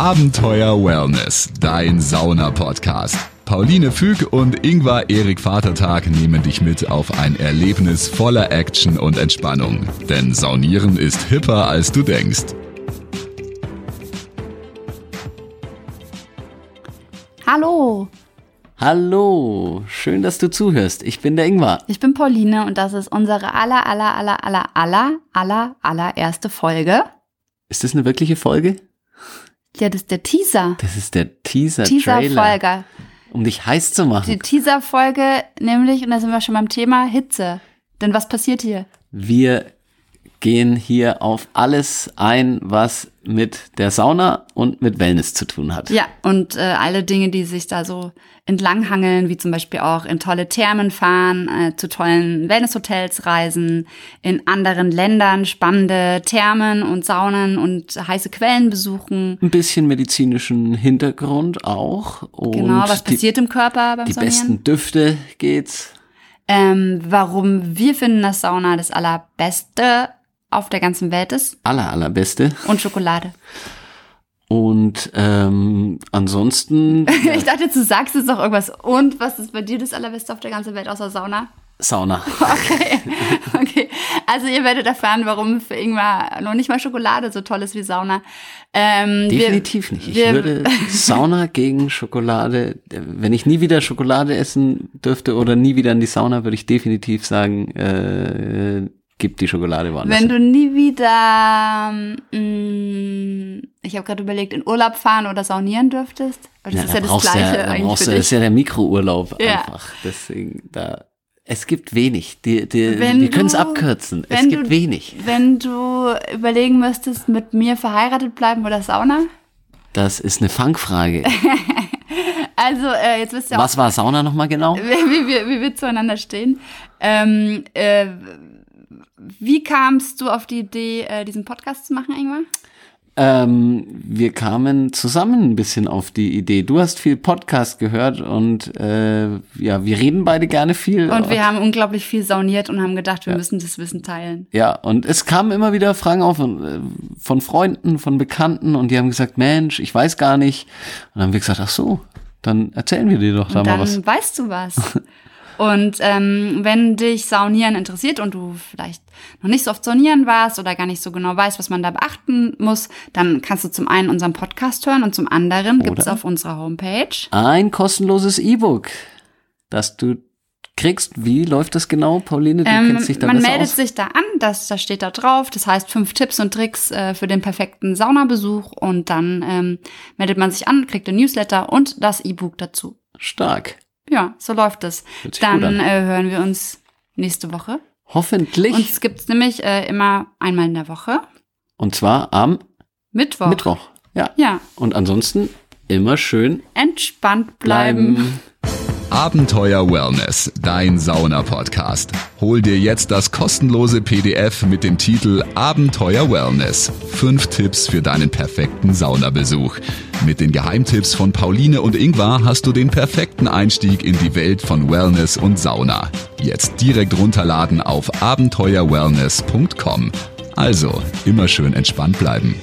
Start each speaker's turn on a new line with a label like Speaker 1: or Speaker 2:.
Speaker 1: Abenteuer Wellness, dein Sauna-Podcast. Pauline Füg und Ingvar Erik Vatertag nehmen dich mit auf ein Erlebnis voller Action und Entspannung. Denn Saunieren ist hipper, als du denkst.
Speaker 2: Hallo,
Speaker 3: Hallo, schön, dass du zuhörst. Ich bin der Ingmar.
Speaker 2: ich bin Pauline und das ist unsere aller, aller, aller, aller, aller, aller, allererste Folge.
Speaker 3: Ist das eine wirkliche Folge?
Speaker 2: Ja, das ist der Teaser.
Speaker 3: Das ist der Teaser, Trailer,
Speaker 2: Teaser-Folge.
Speaker 3: um dich heiß zu machen.
Speaker 2: Die Teaser-Folge nämlich, und da sind wir schon beim Thema Hitze. Denn was passiert hier?
Speaker 3: Wir gehen hier auf alles ein, was mit der Sauna und mit Wellness zu tun hat.
Speaker 2: Ja, und äh, alle Dinge, die sich da so entlanghangeln, wie zum Beispiel auch in tolle Thermen fahren, äh, zu tollen Wellnesshotels reisen, in anderen Ländern spannende Thermen und Saunen und heiße Quellen besuchen.
Speaker 3: Ein bisschen medizinischen Hintergrund auch. Und
Speaker 2: Genau, was
Speaker 3: die,
Speaker 2: passiert im Körper beim
Speaker 3: die
Speaker 2: Saunieren?
Speaker 3: besten Düfte geht's.
Speaker 2: Ähm, warum wir finden, dass Sauna das allerbeste auf der ganzen Welt ist
Speaker 3: Aller, allerbeste.
Speaker 2: und Schokolade.
Speaker 3: Und ähm, ansonsten
Speaker 2: Ich dachte, du sagst jetzt noch irgendwas. Und was ist bei dir das allerbeste auf der ganzen Welt außer Sauna?
Speaker 3: Sauna.
Speaker 2: Okay, also ihr werdet erfahren, warum für Ingmar noch nicht mal Schokolade so toll ist wie Sauna. Ähm, wir-
Speaker 3: Definitiv nicht. Ich
Speaker 2: wir-
Speaker 3: würde Sauna gegen Schokolade, äh, wenn ich nie wieder Schokolade essen dürfte oder nie wieder in die Sauna, würde ich definitiv sagen, äh, gib die Schokolade woanders.
Speaker 2: Wenn du nie wieder, mh, ich habe gerade überlegt, in Urlaub fahren oder saunieren dürftest, aber das
Speaker 3: hin.
Speaker 2: ist ja
Speaker 3: da
Speaker 2: das
Speaker 3: brauchst du
Speaker 2: Gleiche
Speaker 3: ja, da
Speaker 2: eigentlich
Speaker 3: brauchst
Speaker 2: für
Speaker 3: du, das ist
Speaker 2: dich.
Speaker 3: ja der Mikrourlaub
Speaker 2: Ja.
Speaker 3: einfach. Deswegen, da, es gibt wenig. Die, die,
Speaker 2: Wenn
Speaker 3: wir können es
Speaker 2: du-
Speaker 3: abkürzen. Es
Speaker 2: wenn
Speaker 3: gibt
Speaker 2: du-
Speaker 3: wenig.
Speaker 2: Wenn du überlegen müsstest, mit mir verheiratet bleiben oder Sauna,
Speaker 3: Das ist eine Fangfrage.
Speaker 2: Also, äh, jetzt wisst ihr auch,
Speaker 3: Was war Sauna nochmal genau?
Speaker 2: wie, wir, wie wir zueinander stehen. Ähm, äh, wie kamst du auf die Idee, äh, diesen Podcast zu machen, Ingmar?
Speaker 3: Ähm, wir kamen zusammen ein bisschen auf die Idee. Du hast viel Podcast gehört und äh, ja, wir reden beide gerne viel.
Speaker 2: Und wir haben unglaublich viel sauniert und haben gedacht, wir müssen das Wissen teilen.
Speaker 3: ja, und es kamen immer wieder Fragen auf äh, von Freunden, von Bekannten und die haben gesagt, Mensch, ich weiß gar nicht. Und dann haben wir gesagt, ach so, dann erzählen wir dir doch da
Speaker 2: Und
Speaker 3: mal
Speaker 2: dann
Speaker 3: was.
Speaker 2: weißt du was. Und ähm, wenn dich Saunieren interessiert und du vielleicht noch nicht so oft saunieren warst oder gar nicht so genau weißt, was man da beachten muss, dann kannst du zum einen unseren Podcast hören und zum anderen gibt es
Speaker 3: Oder-
Speaker 2: auf unserer Homepage
Speaker 3: Ein kostenloses E-Book, das du kriegst. Wie läuft das genau, Pauline? Du
Speaker 2: Ähm,
Speaker 3: kennst dich da
Speaker 2: man
Speaker 3: besser
Speaker 2: meldet
Speaker 3: aus.
Speaker 2: sich da an, das, das steht da drauf. Das heißt fünf Tipps und Tricks äh, für den perfekten Saunabesuch und dann ähm, meldet man sich an, kriegt den Newsletter und das E-Book dazu.
Speaker 3: Stark.
Speaker 2: Ja, so läuft es.
Speaker 3: Hört sich
Speaker 2: Dann
Speaker 3: gut an.
Speaker 2: äh, hören wir uns nächste Woche.
Speaker 3: Hoffentlich.
Speaker 2: Uns gibt's nämlich äh, immer einmal in der Woche.
Speaker 3: und zwar am
Speaker 2: Mittwoch.
Speaker 3: Mittwoch. Ja.
Speaker 2: Ja,
Speaker 3: Und ansonsten immer schön
Speaker 2: entspannt bleiben.
Speaker 3: bleiben.
Speaker 1: Abenteuer Wellness, dein Sauna-Podcast. Hol dir jetzt das kostenlose PDF mit dem Titel Abenteuer Wellness. Fünf Tipps für deinen perfekten Saunabesuch. Mit den Geheimtipps von Pauline und Ingvar hast du den perfekten Einstieg in die Welt von Wellness und Sauna. Jetzt direkt runterladen auf abenteuerwellness.com. Also, immer schön entspannt bleiben.